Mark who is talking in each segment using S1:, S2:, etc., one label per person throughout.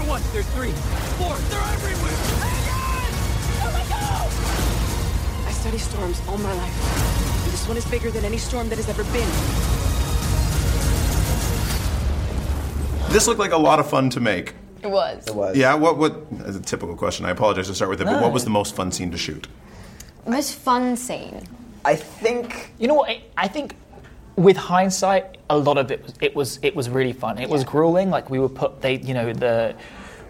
S1: Three, four, they're everywhere!
S2: Oh my god!
S3: I study storms all my life. And This one is bigger than any storm that has ever been.
S4: This looked like a lot of fun to make.
S2: It was.
S5: was.
S4: Yeah, what, what, as a typical question, I apologize to start with it, but what was the most fun scene to shoot?
S6: Most fun scene.
S5: I think
S7: You know what? I, I think with hindsight, a lot of it was it was it was really fun. It was grueling. Like we were put, they you know the.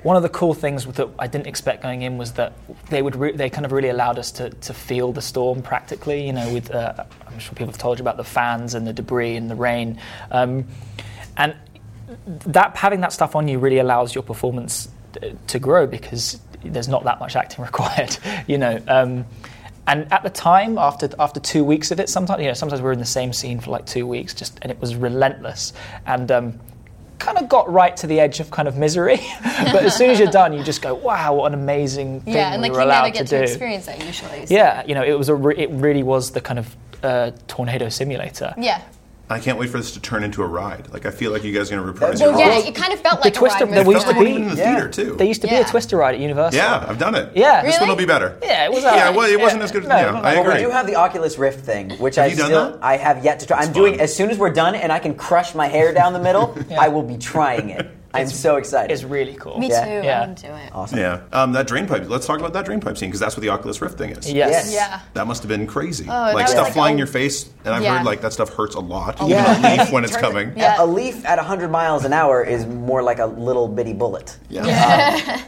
S7: One of the cool things that I didn't expect going in was that they would re- they kind of really allowed us to, to feel the storm practically. You know, with uh, I'm sure people have told you about the fans and the debris and the rain, um, and that having that stuff on you really allows your performance uh, to grow because there's not that much acting required, you know. Um, and at the time, after after two weeks of it, sometimes you know, sometimes we were in the same scene for like two weeks, just and it was relentless and. Um, Kind of got right to the edge of kind of misery, but as soon as you're done, you just go, "Wow, what an amazing thing
S2: Yeah, and
S7: we
S2: like
S7: were
S2: you
S7: allowed
S2: never get
S7: do."
S2: to, experience that usually. so-
S7: Yeah, you know, it was a re- it really was the kind of uh, tornado simulator.
S2: Yeah.
S4: I can't wait for this to turn into a ride. Like, I feel like you guys are going to reprise
S5: Well,
S4: your
S6: Yeah,
S4: role.
S6: it kind of felt like
S7: twist
S6: a
S7: of-
S6: ride
S7: there
S6: movie.
S7: was-
S4: Felt like
S7: to
S4: we did
S7: be-
S4: in the
S5: yeah.
S4: theater, too.
S7: There used to be
S2: Yeah.
S7: a twister ride at Universal.
S4: yeah, I've done it.
S7: Yeah.
S4: This one will
S2: Really?
S4: be better.
S7: Yeah, it was
S4: Yeah,
S7: alright.
S4: well, it wasn't as good.
S7: No,
S4: yeah,
S7: not-
S4: I
S7: well,
S4: agree.
S7: we
S5: I do have the Oculus Rift thing, which I
S4: you done
S5: still
S4: that?
S5: I have yet to try. I'm
S4: It's
S5: doing
S4: fun.
S5: as soon as we're done and I can crush my hair down the middle. I will be trying it. I'm so excited.
S7: It's really cool.
S2: Me
S5: Yeah.
S2: too.
S7: Yeah.
S2: I wouldn't do it.
S5: awesome.
S4: Yeah. Um, that drain pipe. Let's talk about that drain pipe scene because that's what the Oculus Rift thing is.
S7: Yes.
S5: Yes.
S2: Yeah. Oh,
S4: That must have been crazy.
S2: that
S4: like
S2: was
S4: stuff
S2: like
S4: flying in
S2: a-
S4: your face, and I've
S2: Yeah.
S4: heard like that stuff hurts a lot.
S5: Yeah.
S4: Even a leaf when it's
S5: Turns-
S4: coming.
S5: a-
S2: Yeah.
S5: A leaf at 100 miles an hour is more like a little bitty bullet.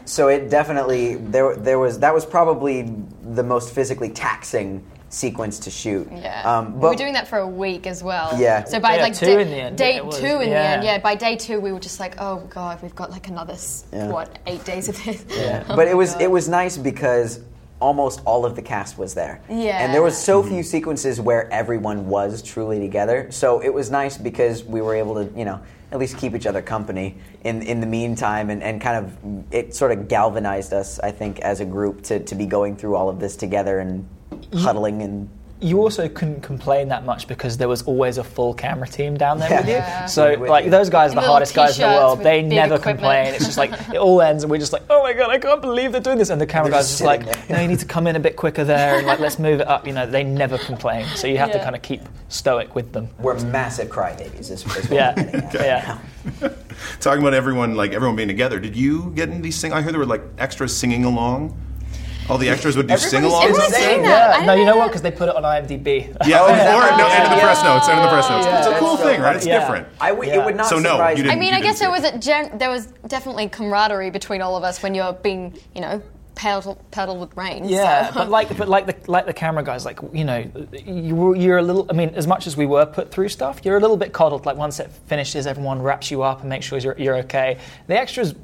S5: So it definitely there there was that was probably the most physically taxing sequence to shoot.
S2: Yeah.
S5: Um,
S2: we
S5: but
S2: were doing that for a week as well.
S5: Yeah.
S2: So by
S7: Yeah,
S2: like
S7: two
S2: da-
S7: in the end,
S2: day
S7: it was,
S2: two in the
S7: yeah.
S2: end, yeah. By day two, we were just like, oh god, we've got like another s
S5: Yeah.
S2: what eight days of this.
S5: Yeah.
S2: Oh
S5: but
S2: my
S5: it was
S2: God.
S5: it was nice because almost all of the cast was there.
S2: Yeah.
S5: And there was so few sequences where everyone was truly together. So it was nice because we were able to, you know, at least keep each other company in in the meantime and, and kind of it sort of galvanized us, I think, as a group to, to be going through all of this together and huddling and
S7: You also couldn't complain that much because there was always a full camera team down there with you.
S5: Yeah.
S7: So
S5: Yeah.
S7: like those guys are
S2: In
S7: the
S2: little
S7: hardest guys in the
S2: t-shirts
S7: world.
S2: with
S7: They
S2: big
S7: never
S2: equipment.
S7: complain. It's just like it all ends and we're just like, oh my god, I can't believe they're doing this. And the camera
S5: They're
S7: guys are
S5: just
S7: just like,
S5: sitting there.
S7: no, you need to come in a bit quicker there and like let's move it up. You know, they never complain. So you have to
S2: Yeah.
S7: kind of keep stoic with them.
S5: we're massive crybabies is, is what
S7: Yeah.
S5: I'm getting at.
S7: Yeah.
S4: Talking about everyone, like everyone being together. Did you get into these sing? I heard there were like extras singing along. All the extras would do
S5: Everybody's
S4: sing alongs.
S5: everyone's
S2: I've
S5: Same.
S2: seen that. I
S7: No,
S2: don't
S7: you know what? Because they put it on IMDb.
S4: Yeah, oh, or no, end of the
S5: Yeah.
S4: press notes. End of the press notes. It's a
S5: That's
S4: cool
S5: so
S4: thing, right? It's
S7: funny.
S4: different.
S5: I w- It
S7: Yeah.
S5: would not
S4: So no,
S5: surprise
S4: you
S5: me.
S2: I mean, I
S4: You
S2: guess
S4: didn't
S2: there
S4: see
S2: was a gen- there was definitely camaraderie between all of us when you're being, you know, paddled paddled with rain.
S7: Yeah,
S2: so.
S7: but like, but like the like the camera guys, like you know, you were- you're a little. I mean, as much as we were put through stuff, you're a little bit coddled. Like once it finishes, everyone wraps you up and makes sure you're, you're okay. The extras,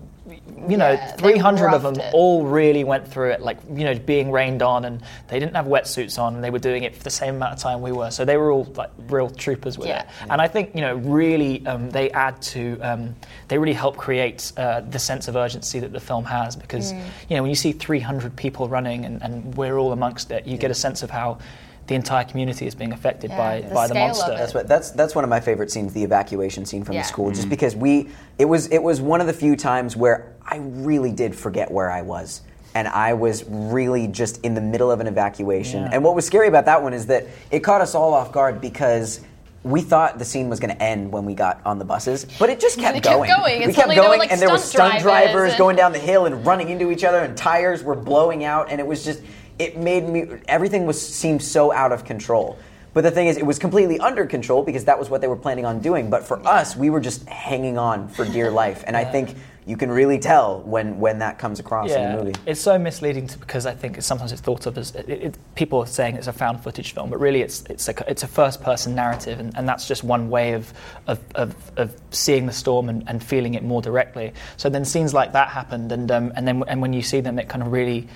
S7: you know,
S2: Yeah, they
S7: 300 of them
S2: roughed it.
S7: all really went through it. Like you know, being rained on, and they didn't have wetsuits on, and they were doing it for the same amount of time we were. So they were all like real troopers with
S2: Yeah.
S7: it. And I think you know, really, um, they add to. Um, they really help create uh, the sense of urgency that the film has because
S2: Mm.
S7: you know when you see 300 people running and, and we're all amongst it, you get a sense of how the entire community is being affected
S2: Yeah,
S7: by
S2: the
S7: by the
S2: scale of
S7: monster.
S2: it.
S5: That's what that's that's one of my favorite scenes, the evacuation scene from
S2: Yeah.
S5: the school, just because we it was it was one of the few times where I really did forget where I was. And I was really just in the middle of an evacuation.
S7: Yeah.
S5: And what was scary about that one is that it caught us all off guard because we thought the scene was going to end when we got on the buses, but it just kept
S2: It kept
S5: going.
S2: going.
S5: We
S2: And
S5: kept
S2: suddenly there were,
S5: going,
S2: like,
S5: and there were
S2: stunt
S5: stunt
S2: drivers
S5: drivers
S2: and-
S5: going down the hill and running into each other, and tires were blowing out, and it was just it made me everything was seemed so out of control. But the thing is, it was completely under control because that was what they were planning on doing. But for us, we were just hanging on for dear life, and I think you can really tell when when that comes across in
S7: Yeah,
S5: the movie.
S7: it's so misleading to, because I think it's, sometimes it's thought of as it, it, people are saying it's a found footage film, but really it's it's a it's a first person narrative, and, and that's just one way of of, of, of seeing the storm and, and feeling it more directly. So then scenes like that happened, and um, and then and when you see them, it kind of really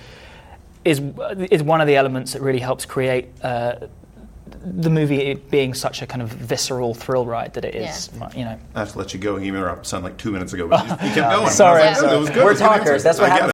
S7: is is one of the elements that really helps create. Uh, the movie it being such a kind of visceral thrill ride that it is, you know.
S4: I have to let you go. You were up sound like two minutes ago, but you, you kept going.
S7: Sorry,
S4: I was like, "Oh,
S7: sorry.
S4: that was good.
S5: We're
S4: It was a good
S5: talkers.
S4: answer."
S5: That's what
S4: I get
S5: happens